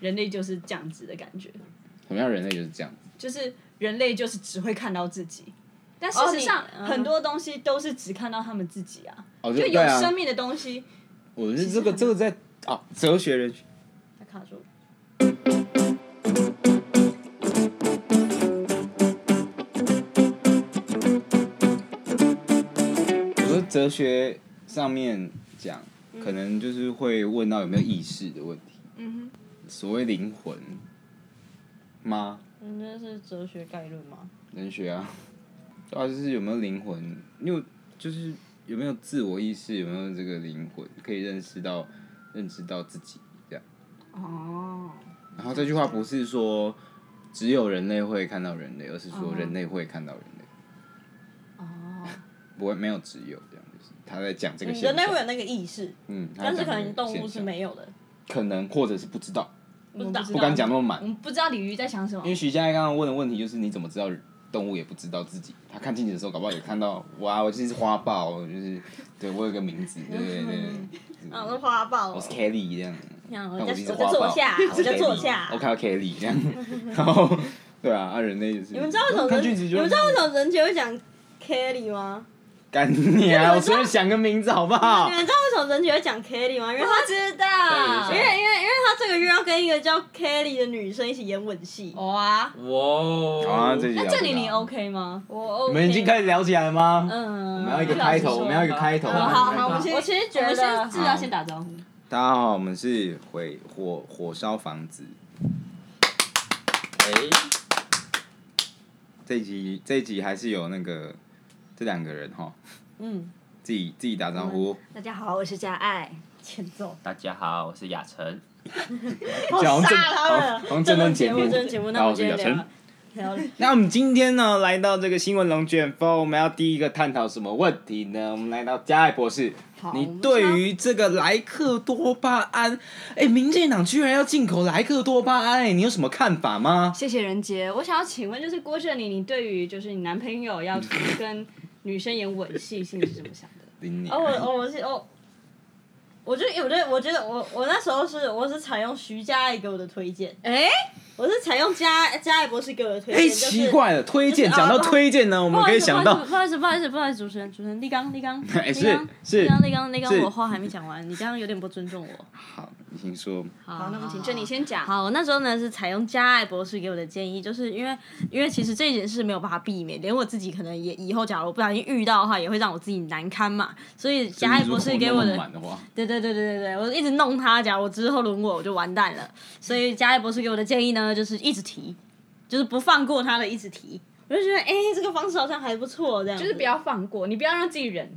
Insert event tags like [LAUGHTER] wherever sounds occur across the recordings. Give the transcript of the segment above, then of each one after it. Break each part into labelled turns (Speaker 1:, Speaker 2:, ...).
Speaker 1: 人类就是这样子的感觉，
Speaker 2: 同样人类就是这样。
Speaker 1: 就是人类就是只会看到自己，但事
Speaker 3: 哦
Speaker 1: 实
Speaker 3: 你
Speaker 1: 上、
Speaker 3: 嗯
Speaker 1: 很多东西都是只看到他们自己啊，
Speaker 2: 哦，
Speaker 1: 就
Speaker 2: 对
Speaker 1: 有
Speaker 2: 啊，
Speaker 1: 生命的东西。
Speaker 2: 我是这个这个在啊哲学人群
Speaker 1: 他卡住了。
Speaker 2: 我说哲学上面讲，可能就是会问到有没有意识的问题。
Speaker 1: 嗯
Speaker 2: 所谓灵魂吗？
Speaker 3: 哼，你这嗯是哲学概论吗？
Speaker 2: 人学啊， [LAUGHS] 对啊，就是有没有灵魂？因为就是有没有自我意识，有没有这个灵魂，可以认识到认知到自己这样。
Speaker 1: 哼，哦，
Speaker 2: 然后这句话不是说只有人类会看到人类，而是说
Speaker 1: 哦
Speaker 2: 人类会看到人类，
Speaker 1: 哦，
Speaker 2: 不会没有只有这样，就是他在讲这个
Speaker 3: 嗯
Speaker 2: 现
Speaker 3: 人类
Speaker 2: 象
Speaker 3: 会。有那个意识，
Speaker 2: 嗯，他在
Speaker 3: 但是
Speaker 2: 讲
Speaker 3: 可
Speaker 2: 这
Speaker 3: 能
Speaker 2: 个
Speaker 3: 动物
Speaker 2: 现
Speaker 3: 是
Speaker 2: 象
Speaker 3: 没有的。嗯
Speaker 2: 可能或者是不知道，
Speaker 1: 我们
Speaker 3: 不
Speaker 1: 不
Speaker 3: 知
Speaker 1: 知
Speaker 3: 道
Speaker 1: 道，
Speaker 2: 不敢讲那么满
Speaker 1: 我。们不知道鲤鱼在想什么
Speaker 2: 因为。徐佳刚刚问的问题就是你怎么知道动物也不知道自己？他看镜子的时候，搞不好也看到哇，我就是花豹，我就是对我有个名字，对对对，
Speaker 3: 啊，我是花豹
Speaker 2: 嗯我是 Kelly 这样，
Speaker 3: 然后
Speaker 2: 但我
Speaker 3: 嗯我
Speaker 2: 是一
Speaker 3: 就
Speaker 2: 只
Speaker 3: 我
Speaker 2: 花
Speaker 3: 就
Speaker 2: 豹，
Speaker 3: 坐下，我就坐下。嗯
Speaker 2: 我看到 Kelly 这样，
Speaker 3: [LAUGHS]
Speaker 2: 然后对啊，啊人类就是嗯
Speaker 3: 你们知道为什么
Speaker 2: 看
Speaker 3: 人？
Speaker 2: 镜子
Speaker 3: 你
Speaker 2: 就嗯
Speaker 3: 们知道为什么人杰会讲 Kelly 吗？
Speaker 2: [LAUGHS] 干你啊！
Speaker 3: 你
Speaker 2: 我
Speaker 3: 们知
Speaker 2: 随
Speaker 3: 道
Speaker 2: 便想个名字好不
Speaker 3: [LAUGHS]
Speaker 2: 好
Speaker 3: 你？们知道为什么人杰会讲 Kelly 吗？因为
Speaker 1: 不
Speaker 3: 他
Speaker 2: 哦
Speaker 1: 知道
Speaker 3: 因为
Speaker 2: 啊
Speaker 3: 因为因为他这个月要跟一个叫 Kelly 的女生一起演吻戏。
Speaker 1: 哇，
Speaker 4: 哇哦！
Speaker 2: 好啊，这集
Speaker 1: 那
Speaker 2: 聊
Speaker 1: 这
Speaker 2: 个
Speaker 1: 里你
Speaker 2: 啊
Speaker 1: OK 吗？
Speaker 3: 我 OK
Speaker 2: 你们已经开始聊起来了吗？
Speaker 3: 嗯，
Speaker 2: 哦我们要一个开头，我们要一个开头。
Speaker 1: 好
Speaker 3: 嗯
Speaker 1: 好好，我
Speaker 3: 我
Speaker 1: 们先，
Speaker 3: 其实觉得
Speaker 1: 我们先治疗先打招呼。
Speaker 2: 大家好，我们是火火火烧房子。
Speaker 4: 哎，
Speaker 2: 这一集这一集还是有那个这两个人哈，
Speaker 3: 嗯，
Speaker 2: 自己自己打招呼，
Speaker 1: 大家好，我是佳爱。
Speaker 3: 前奏。
Speaker 4: 大家好，我是雅晨。
Speaker 2: [LAUGHS] 讲
Speaker 3: 好
Speaker 2: 正
Speaker 3: 煞他们
Speaker 2: 好像正论节目
Speaker 3: 正论节目，那
Speaker 2: 好
Speaker 3: 我
Speaker 2: 我
Speaker 3: 们
Speaker 2: 是
Speaker 3: 今
Speaker 2: 雅
Speaker 3: 天
Speaker 2: 晨
Speaker 3: 聊聊
Speaker 2: 那我们今天呢，来到这个新闻龙卷风，我们要第一个探讨什么问题呢？我们来到加爱博士，
Speaker 3: 好
Speaker 2: 你
Speaker 3: 我们
Speaker 2: 对于这个莱克多巴胺，哎、民进党居然要进口莱克多巴胺、哎，你有什么看法吗？
Speaker 1: 谢谢仁杰，我想要请问，就是郭振林，你对于就是你男朋友要跟女生演吻戏，心里是怎么想的？
Speaker 2: 林
Speaker 3: 哦，我哦我是哦，我就我觉得我觉得我我那时候是我是采用徐佳爱给我的推荐，
Speaker 1: 哎，
Speaker 3: 我是采用佳佳爱博士给我的推
Speaker 2: 哎、
Speaker 3: 荐，就是
Speaker 2: 奇，怪了，推荐
Speaker 3: 就是
Speaker 2: 讲到
Speaker 3: 啊
Speaker 2: 推荐呢，我们可以想到，
Speaker 3: 不好意思不好意思不好意思，主持人主持人立刚立刚
Speaker 2: [LAUGHS] 哎、
Speaker 3: 立
Speaker 2: 是
Speaker 3: 刚
Speaker 2: 是
Speaker 3: 立，刚立刚立刚，
Speaker 2: 是
Speaker 3: 我话还没讲完，你刚刚有点不尊重我。
Speaker 2: 好，你请说，
Speaker 3: 好
Speaker 1: 好，那么请郑你先讲。
Speaker 3: 好，我那时候呢是采用加爱博士给我的建议，就是因为因为其实这件事没有办法避免，连我自己可能也以后假如不小心遇到的话，也会让我自己难堪嘛。所以加爱博士给我的，
Speaker 2: 满的话，
Speaker 3: 对对对对对对，我一直弄他，假如我之后轮我，我就完蛋了。所以加爱博士给我的建议呢，就是一直提，就是不放过他的一直提。我就觉得，哎、这个方式好像还不错，这样
Speaker 1: 就是不要放过，你不要让自己忍。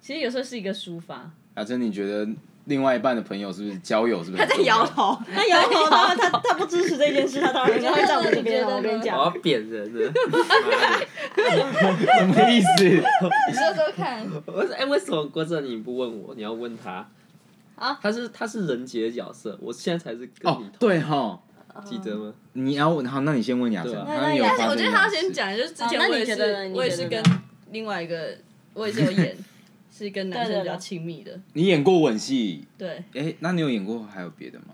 Speaker 1: 其实有时候是一个抒发。
Speaker 2: 雅啊珍，你觉得另外一半的朋友是不是交友是不是？
Speaker 1: 他在摇。 [LAUGHS] 头，
Speaker 3: 他摇头，他他他不支持这件事，他当然应该会站我这边了。啊我跟你
Speaker 4: 我
Speaker 3: 讲，
Speaker 2: 啊
Speaker 4: 要扁人
Speaker 2: [LAUGHS]
Speaker 4: 了！妈的
Speaker 2: 什么意思？
Speaker 1: 你说说看。
Speaker 4: 我说哎，为什么郭正你不问我？你要问他。
Speaker 1: 啊，
Speaker 4: 他是他是人杰的角色，我现在才是跟
Speaker 2: 哦
Speaker 4: 你，同
Speaker 2: [LAUGHS] 对哈，
Speaker 4: 记得吗？
Speaker 2: 你要问好，那你先问雅珍。
Speaker 4: 对啊
Speaker 2: 好像你有
Speaker 1: 但
Speaker 2: 发
Speaker 1: 是
Speaker 2: 生
Speaker 1: 我觉得
Speaker 2: 这
Speaker 1: 他要
Speaker 2: 种
Speaker 1: 先
Speaker 2: 事，
Speaker 1: 讲，就是之
Speaker 3: 哦
Speaker 1: 前
Speaker 3: 那
Speaker 1: 我
Speaker 3: 你
Speaker 1: 也
Speaker 3: 觉
Speaker 1: 是
Speaker 3: 得呢，你
Speaker 1: 我也
Speaker 3: 觉
Speaker 1: 是
Speaker 3: 得
Speaker 1: 跟
Speaker 3: 呢
Speaker 1: 另外一个，我也是有演，是跟男
Speaker 3: 对对
Speaker 1: 生比较
Speaker 3: 对
Speaker 1: 亲密的，
Speaker 2: 你演过吻戏，
Speaker 1: 对，
Speaker 2: 哎，那你有演过还有别的吗？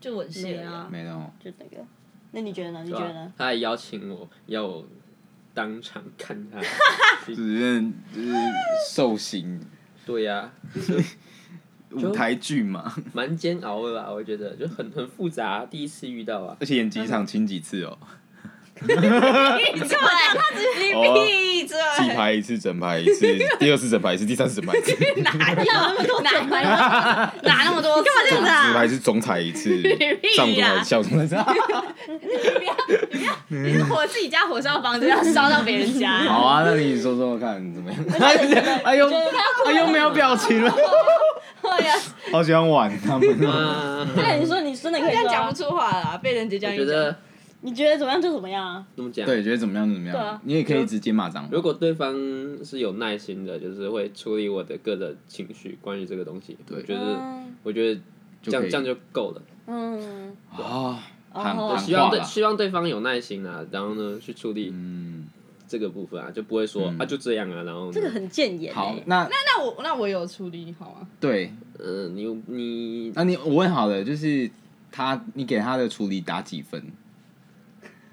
Speaker 1: 就吻戏而已
Speaker 3: 没
Speaker 1: 啊
Speaker 3: 啊。
Speaker 2: 没了哦。
Speaker 3: 就那个，那你觉得呢？你
Speaker 4: 对
Speaker 3: 觉
Speaker 4: 吧
Speaker 3: 得呢？
Speaker 4: 啊他还邀请我，要我当场看
Speaker 3: [LAUGHS]
Speaker 4: 他。
Speaker 2: 只是就是受刑
Speaker 4: 对呀、
Speaker 2: 舞台剧嘛， [LAUGHS]
Speaker 4: 蛮煎熬的吧？我觉得就很很复杂、第一次遇到啊。
Speaker 2: 而且演几场亲几次哦，
Speaker 1: 闭嘴！
Speaker 2: 记拍一次，整哦排一
Speaker 1: [LAUGHS]
Speaker 2: 次，第二次整排一次，第三次整排一次，整
Speaker 1: 哪有那么多？哪哪哪那么多？干嘛这
Speaker 3: 样子啊
Speaker 2: 排一次，总彩一次
Speaker 1: 屁，呀啊
Speaker 2: 上总台笑 [LAUGHS] 总台。
Speaker 1: 你火自己家火烧房子，要烧到别人家。 [LAUGHS]
Speaker 2: 好啊，那你说说看怎么样？哎呦，哎呦，没有表情了，
Speaker 1: 对哎 [LAUGHS] 呀，
Speaker 2: 好喜欢玩他们哦。
Speaker 4: 啊，
Speaker 3: 对，你说你真的可
Speaker 1: 这
Speaker 3: 以
Speaker 1: 样
Speaker 3: 说
Speaker 1: 讲
Speaker 3: 啊
Speaker 1: 不，出话了啊，被人家这
Speaker 4: 我
Speaker 1: 样
Speaker 4: 觉
Speaker 1: 一
Speaker 4: 得
Speaker 1: 讲。
Speaker 3: 你觉得怎么样就怎么样啊。
Speaker 4: 怎么
Speaker 2: [LAUGHS]
Speaker 4: 讲？
Speaker 2: 对，觉得怎么样怎么样？
Speaker 1: 对啊
Speaker 2: 你也可以直接骂脏话。
Speaker 4: 如果对方是有耐心的，就是会处理我的个人情绪，关于这个东西，
Speaker 2: 对
Speaker 4: 我觉得，
Speaker 3: 嗯
Speaker 4: 我觉得这样
Speaker 2: 可以
Speaker 4: 这样就够了。
Speaker 3: 嗯，
Speaker 2: 啊，喊
Speaker 3: 哦
Speaker 2: 喊
Speaker 4: 希望
Speaker 2: 话
Speaker 4: 对
Speaker 2: 啦，
Speaker 4: 希望对方有耐心啊，然后呢去处理
Speaker 2: 嗯，
Speaker 4: 这个部分啊，就不会说
Speaker 2: 嗯
Speaker 4: 啊就这样啊，然后呢
Speaker 3: 这个很谏言欸。
Speaker 2: 好，那
Speaker 1: 那我那我有处理好吗？
Speaker 2: 对，
Speaker 4: 嗯，你你
Speaker 2: 那你我问好了，就是他你给他的处理打几分？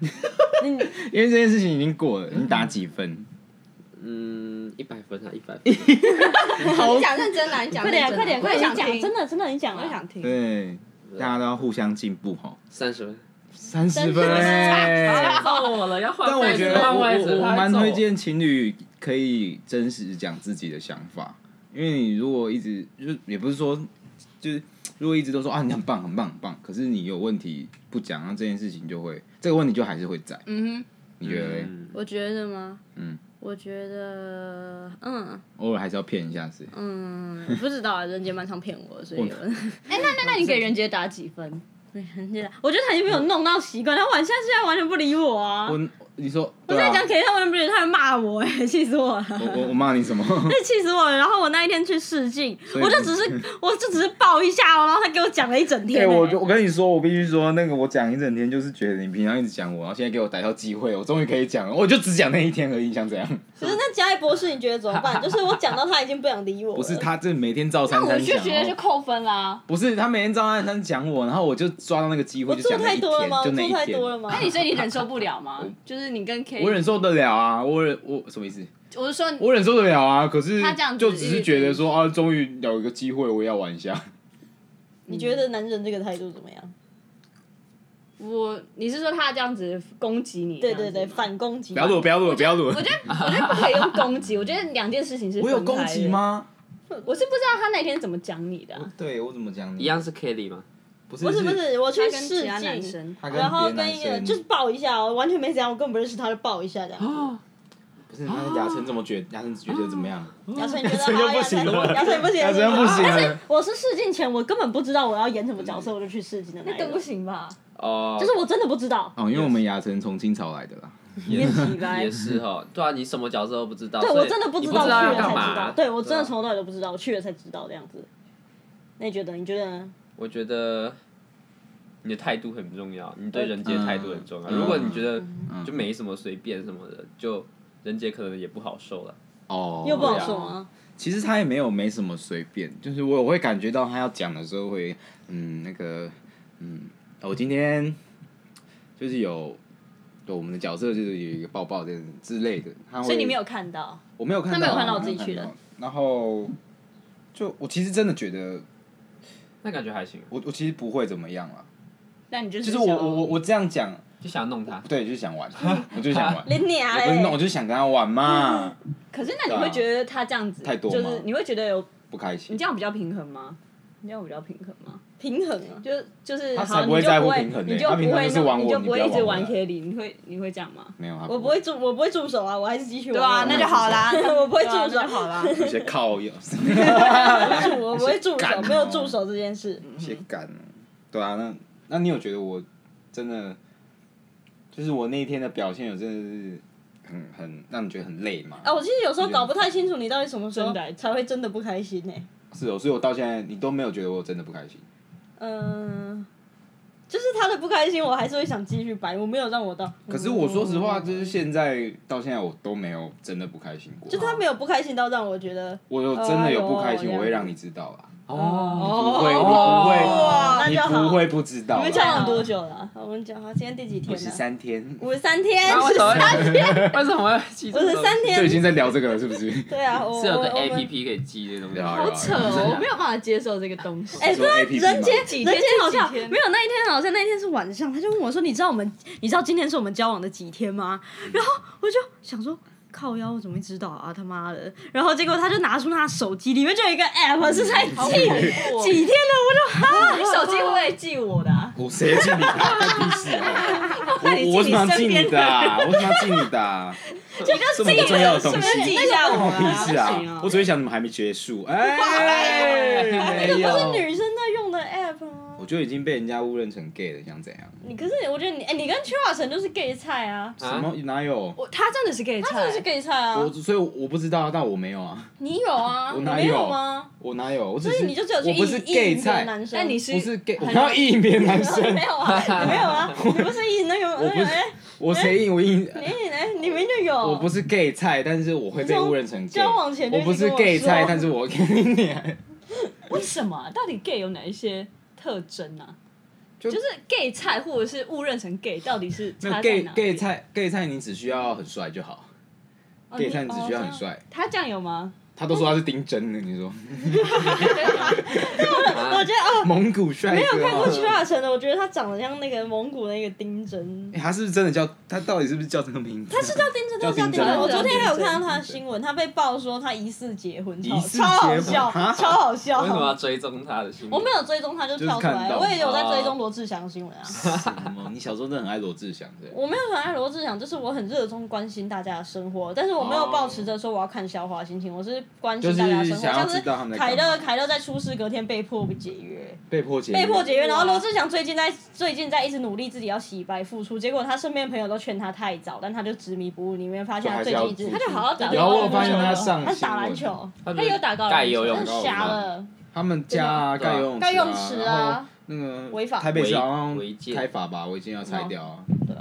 Speaker 1: [LAUGHS]
Speaker 2: 因为这件事情已经过了，你打几分？
Speaker 4: 嗯，一百分啊，一百
Speaker 3: [LAUGHS]
Speaker 4: 分。
Speaker 1: 你讲认真啦，你讲
Speaker 3: 快
Speaker 1: 认真
Speaker 3: 点
Speaker 1: 啦
Speaker 3: 啊，快点，
Speaker 1: 我
Speaker 3: 快
Speaker 1: 也
Speaker 3: 点，
Speaker 1: 想
Speaker 3: 你讲，
Speaker 1: 听，
Speaker 3: 真的，真的，你讲
Speaker 1: 我也
Speaker 3: 啊！
Speaker 1: 想听。
Speaker 2: 对，大家都要互相进步哈。
Speaker 4: 三十分。
Speaker 2: 三十分哎、
Speaker 4: 到我了，要换
Speaker 2: 但我觉得我我我蛮推
Speaker 4: 推荐。
Speaker 2: 荐情侣可以真实讲自己的想法，因为你如果一直就是也不是说就是如果一直都说啊你很棒很棒很棒，可是你有问题不讲，那这件事情就会这个问题就还是会在，
Speaker 1: 嗯
Speaker 2: 你觉得嘞？
Speaker 3: 我觉得吗？
Speaker 2: 嗯，
Speaker 3: 我觉得，嗯
Speaker 2: 偶尔还是要骗一下自己。
Speaker 3: 嗯，不知道啊，人杰蛮常骗我，所以我 [LAUGHS]
Speaker 1: 哼，哎，那那那你给人杰打几分？
Speaker 3: 人杰，我觉得他已经没有弄到习惯，他晚现在现在完全不理我啊！
Speaker 2: 我你说，
Speaker 3: 我
Speaker 2: 对
Speaker 3: 在
Speaker 2: 啊，
Speaker 3: 讲给他，完全不理我，他还骂我， [LAUGHS] 哎，气死我了！
Speaker 2: 我我我骂你
Speaker 1: [LAUGHS]
Speaker 2: 什么？
Speaker 3: 气死我了！然后我那一天去试镜，
Speaker 2: 以
Speaker 3: 我就只是，我就只是抱一下哦，然后他给我讲了一整天、
Speaker 2: 哎、
Speaker 3: 哎
Speaker 2: 我就我跟你说，我必须说，那个我讲一整天，就是觉得你平常一直讲我，然后现在给我逮到机会，我终于可以讲了，我就只讲那一天而已，你想怎样？
Speaker 3: 可是那嘉义博士，你觉得怎么
Speaker 2: [LAUGHS]
Speaker 3: 办？就是我讲到他已经不想理我了，
Speaker 2: 不是他这每天照三
Speaker 1: 我
Speaker 2: 餐
Speaker 1: 就
Speaker 2: 讲
Speaker 1: 觉得就
Speaker 2: 哦，
Speaker 1: 扣分啦。
Speaker 2: 不是他每天照三餐讲我，然后我就抓到那个机会
Speaker 3: 我
Speaker 2: 就
Speaker 3: 做
Speaker 2: 讲那
Speaker 3: 太
Speaker 2: 一
Speaker 3: 多了
Speaker 2: 天
Speaker 3: 吗？，我
Speaker 2: 就那
Speaker 3: 做
Speaker 2: 一
Speaker 3: 太
Speaker 2: 天。
Speaker 3: 多了吗
Speaker 1: 那？哎你所以你忍受不了
Speaker 2: [LAUGHS]
Speaker 1: 吗？就是你跟 K，
Speaker 2: 我忍受得了啊，我忍我什么意思？
Speaker 1: 我是说，
Speaker 2: 我忍受得了啊，可是
Speaker 1: 他这样子
Speaker 2: 就只是觉得
Speaker 3: 嗯
Speaker 2: 说啊，终于有一个机会，我也要玩一
Speaker 3: [LAUGHS]
Speaker 2: 下。
Speaker 3: 你觉得男人这个态度怎么
Speaker 1: 嗯
Speaker 3: 样？
Speaker 1: 我你是说他这样子攻击你？
Speaker 3: 对对对，
Speaker 1: 反。
Speaker 3: 反攻击
Speaker 2: 不。要录，不要录，不要录。
Speaker 1: 我觉得我觉得不可以用攻击，我觉得两件事情是
Speaker 2: 我有
Speaker 1: 分开
Speaker 2: 攻击
Speaker 1: 的？
Speaker 2: 吗？
Speaker 1: 我是不知道他那天怎么讲你的啊、
Speaker 2: 对我怎么讲你？
Speaker 4: 一样是 Kelly 吗？
Speaker 2: 不是
Speaker 3: 不是不，是，我去
Speaker 1: 他跟
Speaker 3: 试
Speaker 1: 其他男
Speaker 3: 镜，
Speaker 1: 生，
Speaker 2: 他跟别
Speaker 3: 然
Speaker 2: 的
Speaker 3: 后
Speaker 2: 男
Speaker 3: 跟一个
Speaker 2: 生
Speaker 3: 就是抱一下哦，我完全没怎样，我根本不认识他，就抱一下这样子。
Speaker 2: 不是，那雅琛怎么觉？雅琛觉得怎么样？
Speaker 3: 牙琛觉得啊
Speaker 2: 琛就
Speaker 3: 好，
Speaker 2: 不
Speaker 3: 牙
Speaker 2: 行
Speaker 3: 琛
Speaker 2: 了
Speaker 3: 牙琛不行，
Speaker 2: 雅琛不行
Speaker 3: 哦
Speaker 2: 啊
Speaker 3: 但是
Speaker 2: 了。
Speaker 3: 我是试镜前，我根本不知道我要演什么角色，我就去试镜的那一
Speaker 1: 更不
Speaker 3: 个。
Speaker 1: 行吧？
Speaker 4: 哦，
Speaker 3: 就是我真的不知道，
Speaker 2: 哦，因为我们雅琛从清朝来的啦。
Speaker 3: 也起来
Speaker 4: 也。是哈，对啊，你什么角色都不知道，
Speaker 3: 对
Speaker 4: 所以
Speaker 3: 我真的不
Speaker 4: 你
Speaker 3: 知
Speaker 4: 不
Speaker 3: 道，
Speaker 4: 道
Speaker 3: 去
Speaker 4: 要
Speaker 3: 了才
Speaker 4: 干
Speaker 3: 知道
Speaker 4: 嘛。。
Speaker 3: 对我真的
Speaker 4: 对啊
Speaker 3: 从头到尾都不知道，我去了才知道这样子。那你觉得？你觉得呢？
Speaker 4: 我觉得你的态度很重要，你对人际态度很重要。
Speaker 2: 嗯
Speaker 4: 如果你觉得
Speaker 2: 嗯
Speaker 4: 就没什么随便什么的，就人杰可能也不好受了。
Speaker 2: 哦，
Speaker 3: 又不好
Speaker 4: 对啊
Speaker 3: 说吗？
Speaker 2: 其实他也没有没什么随便，就是我我会感觉到他要讲的时候会，嗯，那个，嗯，我今天就是有，对我们的角色就是有一个抱抱这样之类的，他会
Speaker 3: 所以你没有看到，
Speaker 2: 我没有看到啊，
Speaker 3: 他没有看到我
Speaker 2: 没
Speaker 3: 自己去的
Speaker 2: 看到。然后，就我其实真的觉得，
Speaker 4: 那感觉还行，
Speaker 2: 我我其实不会怎么样了，
Speaker 1: 那你就
Speaker 2: 就是
Speaker 1: 想
Speaker 2: 我我我我这样讲，
Speaker 4: 就想弄他。
Speaker 2: 对，就是想
Speaker 3: [LAUGHS]
Speaker 2: 玩，我就是想玩，
Speaker 3: 连你啊
Speaker 2: 我不是弄，我
Speaker 3: 嘞！
Speaker 2: 就想跟他玩嘛，
Speaker 1: 可是那你会觉得他这样子
Speaker 2: 啊太多吗
Speaker 1: 就是你会觉得有
Speaker 2: 不开
Speaker 1: 你
Speaker 2: 心
Speaker 1: 这，样比较平衡吗？你这样比较平衡吗？
Speaker 3: 平衡啊，
Speaker 1: 就就是
Speaker 2: 他才
Speaker 1: 好，
Speaker 2: 不会
Speaker 1: 你就
Speaker 2: 在乎
Speaker 1: 不会
Speaker 2: 平衡呢欸
Speaker 1: 你就
Speaker 2: 他
Speaker 1: 不
Speaker 2: 平衡
Speaker 1: 会
Speaker 2: 就是玩我
Speaker 1: 你就
Speaker 2: 你
Speaker 1: 不
Speaker 2: 不
Speaker 1: 会
Speaker 2: 要
Speaker 1: 一直
Speaker 2: 玩
Speaker 1: 玩
Speaker 2: 我
Speaker 1: Kelly，你会你会这样吗？
Speaker 2: 没有啊，
Speaker 3: 我不会住，我不会住手啊，我还是继续玩。
Speaker 1: 对啊，那就好啦，
Speaker 3: 我不会
Speaker 1: 对啊
Speaker 3: 住手
Speaker 1: 那
Speaker 2: [LAUGHS]
Speaker 1: 就好啦。
Speaker 2: 有些靠有
Speaker 3: 住 [LAUGHS] 我不会住手，没有住手这件事。
Speaker 2: 些感哦，对啊，那那你有觉得我真的，就是我那一天的表现有真的是很很让你觉得很累吗？
Speaker 3: 啊，我其实有时候搞不太清楚你到底什么时候
Speaker 1: 真的
Speaker 3: 才会真的不开心欸呢、
Speaker 2: 是哦，所以我到现在你都没有觉得我真的不开心。
Speaker 3: 嗯，就是他的不开心，我还是会想继续摆，我没有让我到，
Speaker 2: 可是我说实
Speaker 3: 嗯
Speaker 2: 话，就是现在到现在我都没有真的不开心过，
Speaker 3: 就他没有不开心到让我觉得
Speaker 2: 我有真的有不开
Speaker 3: 哎
Speaker 2: 心，
Speaker 3: 呦
Speaker 2: 我会让你知道啦。
Speaker 4: 哦，
Speaker 2: 不会，你
Speaker 3: 哇
Speaker 2: 不会，
Speaker 3: 那
Speaker 2: 你
Speaker 3: 就好
Speaker 2: 不会不知道
Speaker 3: 你
Speaker 2: 啦。
Speaker 3: 们交往多久了啊？我们讲好，今天第几天
Speaker 2: 五
Speaker 3: 了？
Speaker 2: 十三天，
Speaker 3: 五十三天，
Speaker 4: 那
Speaker 3: 五
Speaker 4: 啊为
Speaker 3: 十
Speaker 4: 什么
Speaker 3: 三，
Speaker 4: 会？为什么会记
Speaker 3: 五
Speaker 4: 住这
Speaker 3: 十
Speaker 4: 种？
Speaker 3: 三
Speaker 2: 就已
Speaker 3: 天。
Speaker 2: 经在聊这个了，是不是？ [LAUGHS] 啊
Speaker 3: 对啊，我
Speaker 4: 是有个
Speaker 3: 我我
Speaker 4: A
Speaker 3: 们
Speaker 4: P P 可以记这东西。啊
Speaker 2: 聊
Speaker 1: 好扯
Speaker 2: 聊
Speaker 1: 哦，我没有办法接受这个东西。
Speaker 3: 哎，
Speaker 2: 说
Speaker 3: 对啊，
Speaker 2: APP
Speaker 3: 人杰
Speaker 2: 吗
Speaker 3: 人
Speaker 1: 几
Speaker 3: 杰
Speaker 1: 天
Speaker 3: 好像
Speaker 1: 几
Speaker 3: 没
Speaker 1: 天
Speaker 3: 有那一天，好像那一天是晚上，他就问我说：“你知道我们，你知道今天是我们交往的几天吗？”
Speaker 2: 嗯
Speaker 3: 然后我就想说。靠腰，我怎么会知道啊？他妈的！然后结果他就拿出他手机，里面就有一个
Speaker 2: 嗯
Speaker 3: app 是在
Speaker 1: 好
Speaker 3: 记
Speaker 1: 恐怖哦！
Speaker 3: 几天了，我就哈，
Speaker 1: 你手机会不会记我的啊？
Speaker 2: 我谁记
Speaker 3: [LAUGHS]
Speaker 2: 你的、啊？关屁事啊！我我
Speaker 1: 你
Speaker 2: 怎
Speaker 1: 记你
Speaker 2: 么要记
Speaker 1: 身边
Speaker 2: 你的、啊？我怎么要记你的、
Speaker 3: [LAUGHS]
Speaker 2: 啊？这么不重要的东
Speaker 1: 顺
Speaker 2: 西
Speaker 1: 便，记一下我
Speaker 2: 关我
Speaker 1: 啊，
Speaker 2: 屁事
Speaker 1: 不行
Speaker 2: 啊！
Speaker 1: 哦
Speaker 2: 我只会想你们还没结束，哎，没
Speaker 3: 这不是
Speaker 2: 有，
Speaker 3: 女生在用的 app 吗
Speaker 2: 我？就已经被人家误认成 gay 了，想怎样？
Speaker 3: 你可是我觉得你，哎、你跟邱亚成就是 gay 菜啊，
Speaker 4: 啊
Speaker 2: 什么哪有？
Speaker 1: [LAUGHS] 我他真的是 gay
Speaker 3: 他真的是
Speaker 1: 菜，欸
Speaker 3: gay 菜啊，
Speaker 2: 我所以我不知道啊，但我没有啊，
Speaker 3: 你有啊，
Speaker 2: 我
Speaker 3: 你
Speaker 2: 哪
Speaker 3: 没
Speaker 2: 有
Speaker 3: 吗？
Speaker 2: 我哪有？我只
Speaker 3: 所以
Speaker 2: 是
Speaker 3: 你就只有去
Speaker 2: 我不是
Speaker 3: 异
Speaker 2: gay
Speaker 3: 异民的
Speaker 2: 菜，
Speaker 3: 男生，
Speaker 1: 但你
Speaker 2: 不
Speaker 1: 是
Speaker 2: 是 gay，我要硬面男生，
Speaker 3: [LAUGHS] 没有啊，你没有
Speaker 2: [LAUGHS]
Speaker 3: 啊，你不是异那个，
Speaker 2: 我不是
Speaker 3: 哎
Speaker 2: [LAUGHS] 我谁硬我硬，
Speaker 3: [LAUGHS] 哎哎，你们就有，
Speaker 2: 我不是 gay 菜，但是我会被误认成 gay。
Speaker 3: 交往前就
Speaker 2: 我
Speaker 3: 一直
Speaker 2: 不是
Speaker 3: 跟我
Speaker 2: gay 菜，
Speaker 3: 说
Speaker 2: 但是我 [LAUGHS] 给你脸。
Speaker 1: 为什么啊？到底 gay 有哪一些特征啊？就是 gay 菜或者是误认成 gay，到底是
Speaker 2: 没有
Speaker 1: 差在
Speaker 2: gay
Speaker 1: 哪啊
Speaker 2: gay 菜 gay 菜，你只需要很帅就好。
Speaker 1: 哦
Speaker 2: gay
Speaker 1: 你
Speaker 2: 菜你只需要很
Speaker 1: 哦这
Speaker 2: 帅
Speaker 1: 样他这样有吗？
Speaker 2: 他都说他是丁真的，你说
Speaker 3: 我
Speaker 4: 啊
Speaker 3: 觉得
Speaker 2: [LAUGHS]
Speaker 3: 哦，
Speaker 2: 蒙古帅哥？没有
Speaker 3: 看过屈亚成的，我觉得他长得像那个蒙古那个丁真。
Speaker 2: 哎他是不是真的叫他？到底是不是叫这个名字？他
Speaker 3: 是叫丁真，
Speaker 2: 叫
Speaker 3: 他是叫
Speaker 2: 丁
Speaker 3: 丁
Speaker 2: 真
Speaker 3: 真。我
Speaker 1: 叫
Speaker 3: 昨
Speaker 1: 丁
Speaker 3: 天还有
Speaker 2: 真
Speaker 3: 看到他的新闻，他被爆说他疑似结婚，超
Speaker 2: 疑似
Speaker 3: 超好
Speaker 2: 结婚 [LAUGHS]
Speaker 3: 笑，
Speaker 2: 哈
Speaker 3: 超好
Speaker 4: 为什么要
Speaker 3: 笑。
Speaker 4: 追踪他的新闻？
Speaker 3: 我没有追踪他就跳
Speaker 2: 就是
Speaker 3: 出
Speaker 2: 看
Speaker 3: 来
Speaker 2: 到
Speaker 3: 了，我也有在追踪
Speaker 4: 哦
Speaker 3: 罗志祥的新闻啊。
Speaker 2: 什么？你小时候真的很爱罗志祥，对？
Speaker 3: [LAUGHS] 我没有很爱罗志祥，就是我很热衷关心大家的生活，但是我没有抱持着说我要看笑话的心情，我是关心大家的生
Speaker 2: 就是
Speaker 3: 活，
Speaker 2: 想要
Speaker 3: 像
Speaker 2: 知道他们
Speaker 3: 是
Speaker 2: 在
Speaker 3: 凯
Speaker 2: 干嘛
Speaker 3: 乐，凯乐在出事隔天被迫解约，
Speaker 2: 被迫结，
Speaker 3: 被迫解约，然后
Speaker 1: 哇
Speaker 3: 罗志祥最近在最近在一直努力自己要洗白付出，结果他身边的朋友都劝他太早，但他就执迷不悟，你有没有发现他最近一直
Speaker 2: 就还
Speaker 3: 他
Speaker 2: 是
Speaker 3: 就
Speaker 2: 要
Speaker 3: 好好打，
Speaker 1: 有我有
Speaker 3: 他
Speaker 1: 发现他
Speaker 2: 上
Speaker 3: 他打篮
Speaker 2: 新闻
Speaker 3: 球，
Speaker 4: 他
Speaker 1: 他有打高
Speaker 4: 盖
Speaker 1: 篮球
Speaker 4: 游泳
Speaker 3: 他
Speaker 4: 高
Speaker 3: 瞎
Speaker 4: 吗，
Speaker 3: 了，
Speaker 2: 他们家啊
Speaker 4: 对啊
Speaker 2: 盖游泳
Speaker 3: 盖游泳池
Speaker 2: 啊，然后
Speaker 3: 啊，
Speaker 2: 那个
Speaker 3: 违法
Speaker 2: 台北市好像
Speaker 4: 违违建
Speaker 2: 开法吧，违建要拆掉啊。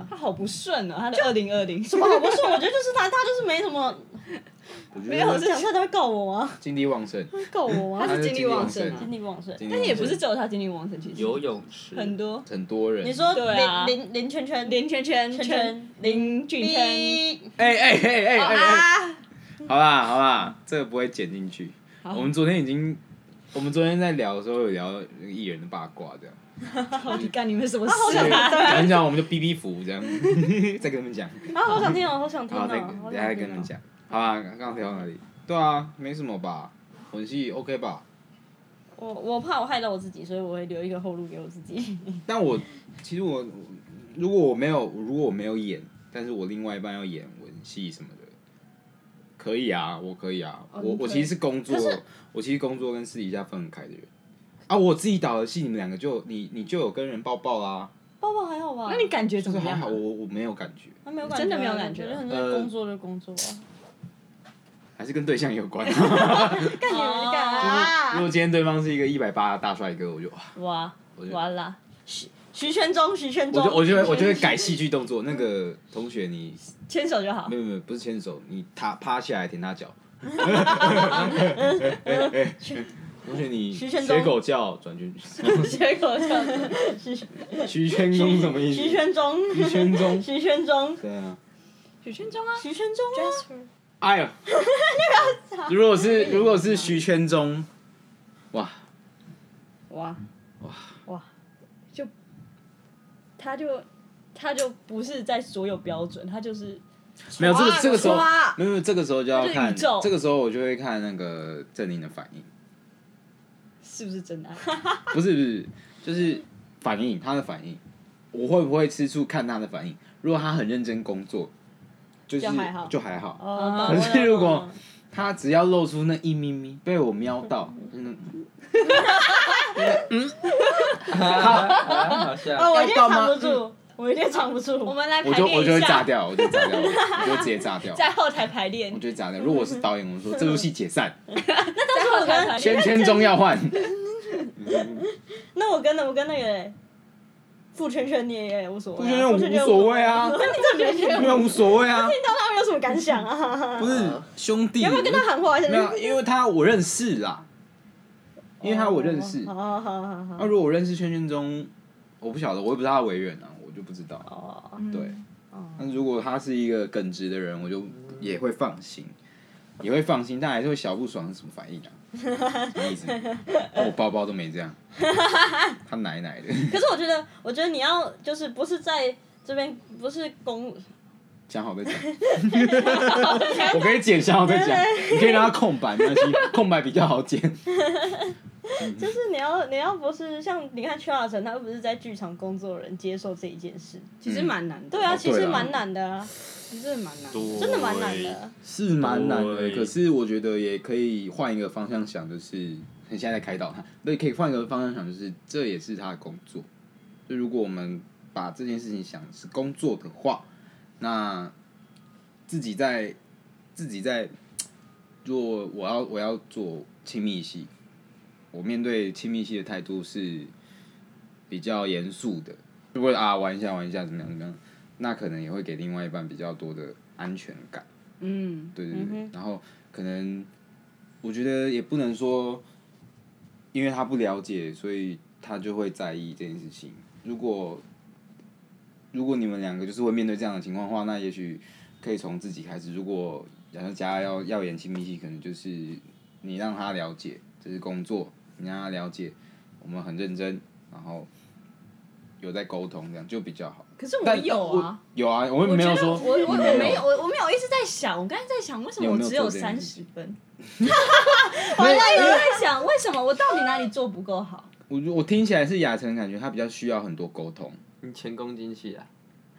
Speaker 1: 他好不顺哦，他的二零二零
Speaker 3: 什么 [LAUGHS] 好不顺？我觉得就是他，他就是没什么，
Speaker 2: 我觉
Speaker 3: 没有
Speaker 2: 得
Speaker 3: 讲他他会告我吗？
Speaker 2: 精力旺盛，
Speaker 3: 会告我吗
Speaker 1: 他？是
Speaker 2: 是
Speaker 1: 精力旺盛
Speaker 2: 精力
Speaker 1: 啊
Speaker 2: 旺
Speaker 3: 精，力旺盛。
Speaker 2: 精力旺盛
Speaker 1: [LAUGHS] 但也不是只有他精力旺盛，其实
Speaker 4: 游泳池
Speaker 1: 很多
Speaker 2: 很多人。
Speaker 3: 你说
Speaker 1: 对啊
Speaker 3: 林林林圈圈
Speaker 1: 林圈圈
Speaker 3: 圈圈
Speaker 1: 林俊圈，
Speaker 3: 哔
Speaker 2: 哎哎
Speaker 1: 哦
Speaker 2: 哎哎哎哎，
Speaker 3: 啊，
Speaker 2: 好啦好啦，这个不会剪进去。
Speaker 1: 好
Speaker 2: 我们昨天已经，我们昨天在聊的时候有聊那个艺人的八卦这样。
Speaker 1: 到底干你们什么事？啊
Speaker 2: 讲一讲，我们就逼逼服这样， [LAUGHS] 再跟他们讲，
Speaker 3: 啊，好想听哦，好想听
Speaker 2: 好，
Speaker 3: 哦，
Speaker 2: 再
Speaker 3: 好
Speaker 2: 等一下
Speaker 3: 想
Speaker 2: 再跟
Speaker 3: 听
Speaker 2: 他
Speaker 3: 哦
Speaker 2: 们。讲，好吧？刚刚聊到哪里？对啊，没什么吧，吻戏 OK 吧？
Speaker 3: 我我怕我害到我自己，所以我会留一个后路给我自己。 [LAUGHS]
Speaker 2: 但我其实我我如果我没有如果我没有演，但是我另外一半要演吻戏什么的，可以啊，我可以啊，
Speaker 1: 哦
Speaker 2: 我
Speaker 1: 你可以
Speaker 2: 我其实是工作，我其实工作跟私底下分很开的人。啊，我自己导的戏，你们两个就你你就有跟人抱抱啦，
Speaker 3: 抱抱还好吧？
Speaker 1: 那你感觉
Speaker 2: 就
Speaker 1: 怎
Speaker 2: 是
Speaker 1: 么
Speaker 2: 还
Speaker 1: 样
Speaker 2: 好，？我我没有感觉，
Speaker 3: 他没有感觉啊，
Speaker 1: 真的没有感觉
Speaker 3: 我很
Speaker 2: 呃
Speaker 3: 工作就工作啊，
Speaker 2: 还是跟对象有关。啊
Speaker 3: 干你们干
Speaker 2: [LAUGHS] 如
Speaker 3: 啊！
Speaker 2: 果今天对方是一个一百八的大帅哥，我就哇，
Speaker 3: 哇
Speaker 2: 我就
Speaker 3: 完了，徐徐玄宗，徐玄
Speaker 2: 我
Speaker 3: 宗，
Speaker 2: 就我就会我就会改戏剧动作。那个同学你，
Speaker 3: 牵手就好
Speaker 2: 没。有没有，不是牵手，你他趴下来舔他脚。同学你
Speaker 3: 徐玄宗
Speaker 2: 学狗叫转圈，
Speaker 3: 结果这样子，徐
Speaker 2: 徐圈中什么意思？
Speaker 3: [LAUGHS] 徐玄宗，
Speaker 2: 徐圈中，
Speaker 3: 徐玄宗，
Speaker 2: 对啊。
Speaker 1: 许圈中啊，
Speaker 3: 徐玄宗啊！
Speaker 2: 哎呦，如果是如果是徐圈中，哇，
Speaker 1: 哇哇哇，就他就他就不是在所有标准，他就是
Speaker 2: 没有这个这个时候
Speaker 3: 哇，
Speaker 2: 没有没有这个时候就要
Speaker 1: 就是宇
Speaker 2: 看，
Speaker 1: 宙
Speaker 2: 这个时候我就会看那个郑宁的反应。
Speaker 1: 是不是真 [LAUGHS] 爱？
Speaker 2: 不是不是，就是反应，他的反应，我会不会吃醋看他的反应。如果他很认真工作，就是
Speaker 1: 就还好
Speaker 2: 就还好 [LAUGHS]
Speaker 3: 哦
Speaker 1: 可
Speaker 2: 是如果他只要露出那一咪咪，被我瞄到，嗯，
Speaker 4: [LAUGHS] 啊好
Speaker 3: 哦，
Speaker 4: 像
Speaker 3: 我一定
Speaker 2: 要干嘛
Speaker 3: 藏不住，我一定藏不
Speaker 1: 我
Speaker 3: 住。
Speaker 1: 们来排
Speaker 2: 我就我就
Speaker 1: 练
Speaker 2: 会
Speaker 1: 一
Speaker 2: 炸
Speaker 1: 下，
Speaker 2: 掉，我就炸
Speaker 3: [LAUGHS]
Speaker 2: 掉，我就直接炸掉，
Speaker 1: 在后台排
Speaker 2: 我
Speaker 1: 练，
Speaker 2: 就炸掉。如果我是导演，我说这部戏解散，
Speaker 3: 嗯
Speaker 1: 在后台排练。
Speaker 2: 圈圈中要换，
Speaker 3: [LAUGHS] 那我跟那我跟那个傅圈圈你也无所谓
Speaker 2: 不
Speaker 3: 啊，
Speaker 2: 圈圈无所谓啊，
Speaker 3: 那 [LAUGHS] 你这没听
Speaker 2: 没有无所谓
Speaker 3: [LAUGHS]
Speaker 2: 啊，
Speaker 3: 到他们有什么感想
Speaker 2: [LAUGHS]
Speaker 3: 啊？
Speaker 2: 不是兄弟，
Speaker 3: 要不要跟他喊话一下？
Speaker 2: 没有，啊因为他我认识啦，因为他我认识
Speaker 3: 好，好好好
Speaker 2: 那、
Speaker 3: 好。
Speaker 2: 啊如果我认识圈圈中，我不晓得，我也不是他的委员啊，我就不知道。
Speaker 3: 哦，
Speaker 2: 对，但是如果他是一个耿直的人，我就也会放心，也会放心，但还是会小不爽，什么反应啊？什么意思？那我包包都没这样，他奶奶的，
Speaker 3: [LAUGHS] 可是我觉得，我觉得你要就是不是在这边，不是公，
Speaker 2: 讲好再讲，我可以剪，想好再讲，你可以让他空白，没关系，空白比较好剪。
Speaker 3: 就是你要你要不是像你看邱亚成，他又不是在剧场工作的人，接受这一件事。
Speaker 1: 其实蛮难的，
Speaker 3: 对啊，
Speaker 2: 哦
Speaker 3: 其
Speaker 2: 对
Speaker 3: 实
Speaker 2: 啊
Speaker 3: 蛮难的啊，
Speaker 1: 其实蛮难的。
Speaker 2: 嗯
Speaker 3: 真的蛮难的。
Speaker 2: 是蛮难的，
Speaker 4: 对
Speaker 2: 可是我觉得也可以换一个方向想，就是很现在在开导他，对，可以换一个方向想，就是这也是他的工作。就如果我们把这件事情想是工作的话，那自己在自己在做，我要我要做亲密戏，我面对亲密戏的态度是比较严肃的。如果啊玩一下玩一下怎么样怎么样，那可能也会给另外一半比较多的安全感。
Speaker 1: 嗯，
Speaker 2: 对对对，然后可能我觉得也不能说，因为他不了解，所以他就会在意这件事情。如果如果你们两个就是会面对这样的情况的话，那也许可以从自己开始。如果假设家要要演亲密戏，可能就是你让他了解这是工作，你让他了解我们很认真，然后有在沟通，这样就比较好。
Speaker 1: 可是我
Speaker 2: 但
Speaker 1: 有
Speaker 2: 我
Speaker 1: 啊，
Speaker 2: 有啊，我们没有说
Speaker 1: 我我我
Speaker 2: 你
Speaker 1: 没
Speaker 2: 没
Speaker 1: 有，啊我我没有一直在想，我刚才在想为什
Speaker 2: 你
Speaker 1: 么
Speaker 2: 有
Speaker 1: 我
Speaker 2: 没有
Speaker 1: 只有
Speaker 2: 做这件
Speaker 1: 三
Speaker 2: 事
Speaker 1: 十
Speaker 2: 情
Speaker 3: [LAUGHS]
Speaker 1: 分，我在一直在想为什么我到底哪里做不够好。
Speaker 2: 我我听起来是雅晨，感觉他比较需要很多沟通，
Speaker 4: 你前功尽弃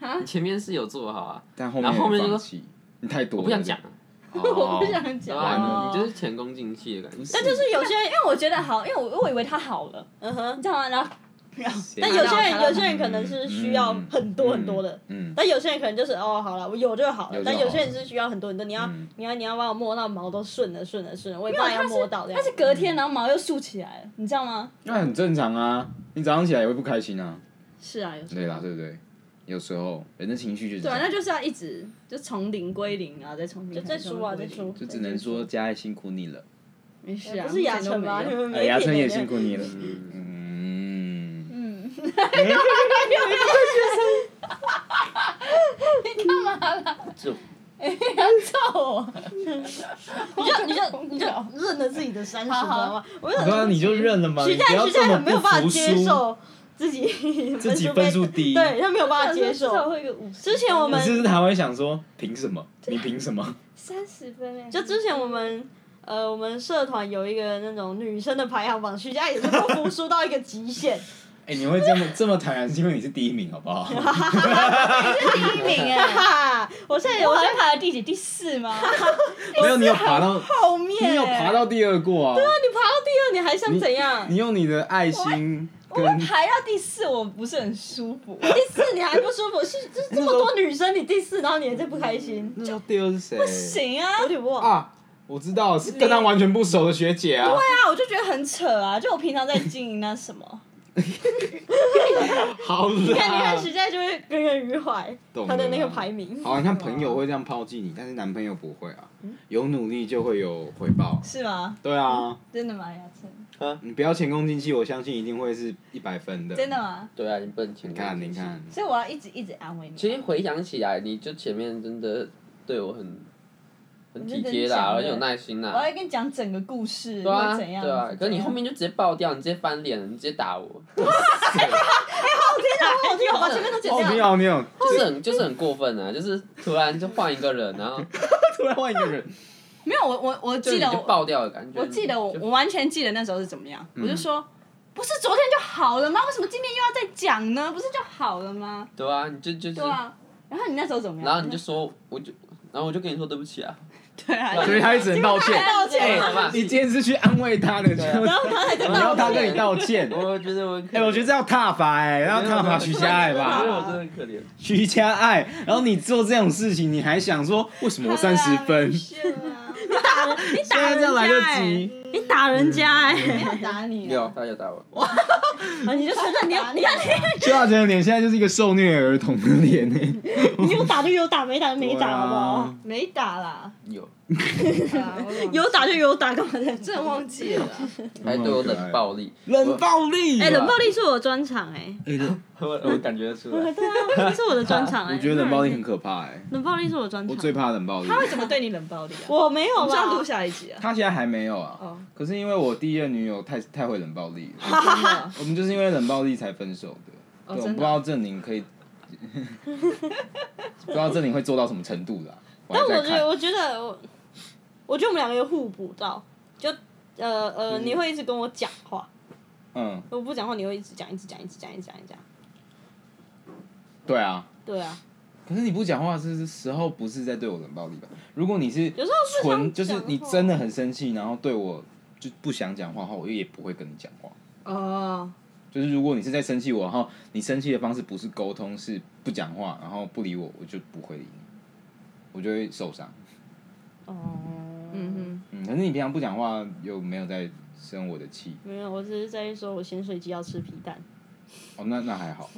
Speaker 4: 啊！你前面是有做好啊，
Speaker 2: 但后面
Speaker 4: 然后后面
Speaker 2: 很
Speaker 4: 就
Speaker 2: 放
Speaker 4: 说
Speaker 2: 弃，你太多了，
Speaker 4: 我不想讲啊，
Speaker 2: 哦，
Speaker 1: 我不想讲
Speaker 4: 对啊，
Speaker 1: 哦
Speaker 4: 你你就是前功尽弃的感觉。
Speaker 3: 但就是有些人
Speaker 1: 因为我觉得好，因为我我以为他好了，
Speaker 3: 嗯哼
Speaker 1: 你，知道吗？然后
Speaker 3: 但有些人有些人可能是需要
Speaker 2: 嗯
Speaker 3: 很多很多的，
Speaker 2: 嗯，嗯
Speaker 3: 但有些人可能就是哦，好了，我有就好了
Speaker 2: 有。就
Speaker 3: 但
Speaker 2: 好
Speaker 3: 有些人是需要很多很多，你要、
Speaker 2: 嗯
Speaker 3: 你要你要把我摸到毛都顺了顺了顺了，我也不知道要摸到这
Speaker 1: 啊
Speaker 3: 样嗯
Speaker 1: 他。是隔天，然后毛又竖起来了，你知道吗？
Speaker 2: 那很正常啊。你早上起来也会不开心啊，
Speaker 1: 是啊，有时候
Speaker 2: 对啦，对不对？有时候人的情绪就是这
Speaker 1: 对啊，
Speaker 2: 样
Speaker 1: 那就是要一直就从零归零，然后再从零
Speaker 3: 就再输啊
Speaker 1: 再
Speaker 3: 再输
Speaker 2: 就只能说家爱辛苦你了，
Speaker 1: 没事啊，
Speaker 3: 不是牙琛吧？
Speaker 1: 吧？
Speaker 3: 你们没
Speaker 2: 哎，
Speaker 3: 品
Speaker 2: 牙琛也
Speaker 3: 的
Speaker 2: 辛苦你了，
Speaker 4: 嗯
Speaker 2: 嗯，
Speaker 1: 嗯，
Speaker 4: 就
Speaker 1: 臭啊！
Speaker 3: 你就你就你就 [LAUGHS] 认了自己的三十，知
Speaker 1: 好好
Speaker 3: 道吗？我就
Speaker 2: 对啊，
Speaker 3: 很
Speaker 2: 你就认了嘛，
Speaker 3: 徐
Speaker 2: 你不
Speaker 3: 佳
Speaker 2: 要
Speaker 3: 徐佳
Speaker 2: 这么
Speaker 3: 很没有办法
Speaker 2: 不服
Speaker 3: 接
Speaker 2: 输，
Speaker 3: 受自己
Speaker 2: 自己
Speaker 3: 被
Speaker 2: 分数低，
Speaker 3: 对他没有
Speaker 1: [LAUGHS]
Speaker 3: 办法接
Speaker 1: 接受
Speaker 3: 受。
Speaker 1: 会个五
Speaker 3: 之前我
Speaker 2: 你
Speaker 3: 们
Speaker 2: 是不是还会想说凭什么？你凭什么？
Speaker 1: 三十分哎，
Speaker 3: 就之前我们呃，我们社团有一个那种女生的排行榜，徐佳也是不服输到一个极限， [LAUGHS]
Speaker 2: 哎，你会这么这么坦然，是因为你是第一名，好不好？
Speaker 1: 第一名 [LAUGHS]
Speaker 3: 哈
Speaker 1: 哎，
Speaker 3: 哈！我现在有
Speaker 1: 我好像排了第几？第四 [LAUGHS] 吗？
Speaker 2: 没有，你有爬到，
Speaker 3: 后面欸，
Speaker 2: 你有爬到第二过啊？
Speaker 1: 你爬到第二，你还想怎样？
Speaker 2: 你用你的爱心跟
Speaker 1: 排到第四，我不是很舒服。
Speaker 4: 哎
Speaker 3: 第四你还不舒服，是这这么多女生，你第四，然后你还在不开心，
Speaker 2: 那时候第二是谁？不
Speaker 1: 行啊，
Speaker 3: 有点忘。
Speaker 2: 啊！我知道是跟他完全不熟的学姐啊。
Speaker 1: 对啊，我就觉得很扯啊！就我平常在经营那什
Speaker 4: [LAUGHS]
Speaker 1: 么，
Speaker 2: 好啦。你
Speaker 3: 看你看徐佳就会耿耿于怀
Speaker 2: 哦懂
Speaker 3: 她的
Speaker 2: 了
Speaker 3: 那个
Speaker 2: 啦
Speaker 3: 排名。
Speaker 2: 好，你看朋友会这样抛弃你，但是男朋友不会啊。有努力就会有回报。
Speaker 1: 是吗？
Speaker 2: 对啊，
Speaker 1: 真的吗，雅琛？
Speaker 2: 你不要前功尽弃，我相信一定会是一百分的。
Speaker 1: 真的？吗？
Speaker 4: 对啊，你不能前
Speaker 2: 你
Speaker 4: 功
Speaker 2: 看，
Speaker 4: 尽
Speaker 2: 你
Speaker 4: 弃。
Speaker 2: 看，
Speaker 1: 所以我要一直一直安慰你。
Speaker 4: 其实哎回想起来，你就前面真的对我很很体贴
Speaker 1: 我
Speaker 4: 啦，
Speaker 1: 就
Speaker 4: 很
Speaker 1: 跟你讲的
Speaker 4: 有耐心
Speaker 1: 我
Speaker 4: 啦。
Speaker 1: 要跟你讲整个故事
Speaker 4: 对啊，
Speaker 1: 会怎样？
Speaker 4: 对啊，可是你后面就直接爆掉，你直接翻脸，你直接
Speaker 1: [LAUGHS]
Speaker 4: 打我，
Speaker 1: 哦
Speaker 3: 我听我把前面都剪
Speaker 2: 奥
Speaker 3: 掉。
Speaker 2: 妙奥妙，
Speaker 4: 就是很 [LAUGHS] 就是很过分啊！就是突然就换一个人，然后
Speaker 2: 突然换一个人，
Speaker 1: 没有我我我
Speaker 4: 就
Speaker 1: 记
Speaker 4: 你
Speaker 1: 得
Speaker 4: 就
Speaker 1: 我
Speaker 4: 爆掉的感觉。
Speaker 1: 我记得我
Speaker 2: 嗯
Speaker 4: 你就
Speaker 1: 我完全记得那时候是怎么样，我就说不是昨天就好了吗？为什么今天又要再讲呢？不是就好了吗？
Speaker 4: 对啊，你就就是
Speaker 1: 对，啊。然后你那时候怎么样？
Speaker 4: 然后你就说，我就然后我就跟你说对不起啊，
Speaker 1: 对啊，
Speaker 2: 所以他一直很道歉。
Speaker 1: 道
Speaker 4: 哎
Speaker 1: 歉。
Speaker 2: 你今天是去安慰他的，然
Speaker 3: 然后他才
Speaker 2: 你要
Speaker 3: 道
Speaker 2: 他
Speaker 3: 歉，
Speaker 2: 跟你道歉。
Speaker 4: 我觉得我很可
Speaker 2: 哎、
Speaker 4: 怜
Speaker 2: 我觉得这要踏伐哎、要踏伐徐家爱
Speaker 4: 我觉得
Speaker 2: 吧，
Speaker 4: 我真的很可怜。
Speaker 2: 徐家爱。然后你做这种事情，你还想说为什么我三
Speaker 3: 哎
Speaker 2: 十分？现
Speaker 3: 你打人，你打
Speaker 2: 在
Speaker 3: 人
Speaker 2: 这样来得
Speaker 3: 家欸，
Speaker 2: 及？
Speaker 3: 你打人家哎，
Speaker 2: 嗯
Speaker 1: [LAUGHS] 要打你
Speaker 4: 有
Speaker 1: 啊，
Speaker 4: 他有打我，
Speaker 3: 啊你就承认你 [LAUGHS] 要你要
Speaker 2: [LAUGHS] 邱亚晨的脸现在就是一个受虐儿童的脸哎、
Speaker 3: 你有打就有打，没打就没打，好不
Speaker 2: 啊
Speaker 3: 好？
Speaker 1: 没打啦，
Speaker 4: 有，
Speaker 1: 啊有
Speaker 3: 有打就有打，干嘛在
Speaker 2: 啊
Speaker 3: 这
Speaker 1: 真的忘记了啦。
Speaker 2: 嗯
Speaker 4: 还对我冷暴力，
Speaker 2: 冷暴力。
Speaker 3: 哎、冷暴力是我的专场哎、
Speaker 4: 我 [LAUGHS] 我感觉得出来。
Speaker 3: 对啊，是我的专场哎、
Speaker 2: 我觉得冷暴力很可怕哎、
Speaker 3: 冷暴力是我的专
Speaker 2: 我
Speaker 3: 场，
Speaker 2: 最怕冷暴力。
Speaker 1: 他为什么对你冷暴力啊？
Speaker 3: 我没有
Speaker 1: 我们这样录
Speaker 3: 吧？
Speaker 1: 下一集啊。
Speaker 2: 他现在还没有啊，
Speaker 1: 哦
Speaker 2: 可是因为我第一任女友太太会冷暴力
Speaker 1: [LAUGHS]
Speaker 2: 了，
Speaker 1: 真的
Speaker 2: 我们就是因为冷暴力才分手的。
Speaker 1: 哦
Speaker 2: 对，我
Speaker 1: 真的啊
Speaker 2: 不知道郑宁可以， [LAUGHS] 不知道郑宁会做到什么程度啦。
Speaker 3: 但
Speaker 2: 还在
Speaker 3: 我觉
Speaker 2: 看
Speaker 3: 得，我觉得我，我觉得我们两个有互补到，就呃呃，你会一直跟我讲话，
Speaker 2: 嗯，
Speaker 3: 我不讲话，你会一直讲，一直讲，一直讲，一直讲，一直讲。
Speaker 2: 对啊。
Speaker 3: 对啊，
Speaker 2: 可是你不讲话是时候不是在对我冷暴力吧？如果你是
Speaker 3: 有时候不想
Speaker 2: 纯就是
Speaker 3: 讲
Speaker 2: 你
Speaker 3: 话
Speaker 2: 真的很生气，然后对我就不想讲话的话，我也不会跟你讲话。
Speaker 1: 哦，
Speaker 2: 就是如果你是在生气我，然后你生气的方式不是沟通，是不讲话，然后不理我，我就不会理你，我就会受伤。
Speaker 3: 哦，
Speaker 1: 嗯
Speaker 2: 嗯，可是你平常不讲话，又没有在生我的气，
Speaker 3: 没有，我只是在说我咸水鸡要吃皮蛋，
Speaker 2: 哦，那那还好。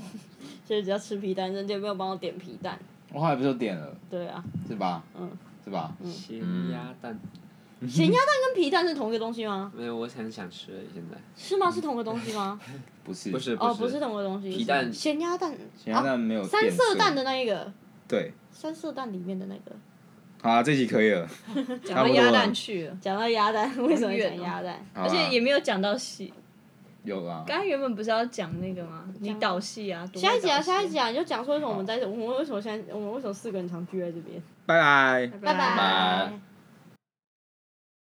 Speaker 3: 所以只要吃皮蛋，人家没有帮我点皮蛋。
Speaker 2: 我后来不是有点了，
Speaker 3: 对啊，
Speaker 2: 是吧？
Speaker 3: 嗯，
Speaker 2: 是吧？
Speaker 4: 咸鸭蛋，
Speaker 3: 咸鸭蛋跟皮蛋是同一个东西吗？
Speaker 4: 没有，我很想吃而已现在。
Speaker 3: 是吗？是同一个东西吗？
Speaker 2: [LAUGHS] 不是
Speaker 4: 不是
Speaker 3: 哦，不是同一个东西。
Speaker 4: 皮蛋
Speaker 3: 咸鸭蛋，
Speaker 2: 咸鸭蛋没有
Speaker 3: 啊三
Speaker 2: 变
Speaker 3: 色
Speaker 2: 色
Speaker 3: 蛋的那一个，
Speaker 2: 对，
Speaker 3: 三色蛋里面的那个。
Speaker 2: 好啊，这集可以了，
Speaker 1: 讲到
Speaker 2: 差不多
Speaker 1: 鸭
Speaker 2: 了
Speaker 1: 蛋去了，
Speaker 3: 讲到鸭蛋，为什么
Speaker 1: 远
Speaker 3: 讲
Speaker 1: 哦
Speaker 3: 鸭蛋？
Speaker 2: 好啊
Speaker 1: 而且也没有讲到戏。
Speaker 2: 有啊啦，
Speaker 1: 刚才原本不是要讲那个吗？你导戏啊，
Speaker 3: 下一集
Speaker 1: 集
Speaker 3: 啊，下一集啊，你就讲说为什么我们在这，我们为什么现在，我们为什么四个人常聚在这边？
Speaker 2: 拜拜。
Speaker 1: 拜
Speaker 3: 拜
Speaker 2: 拜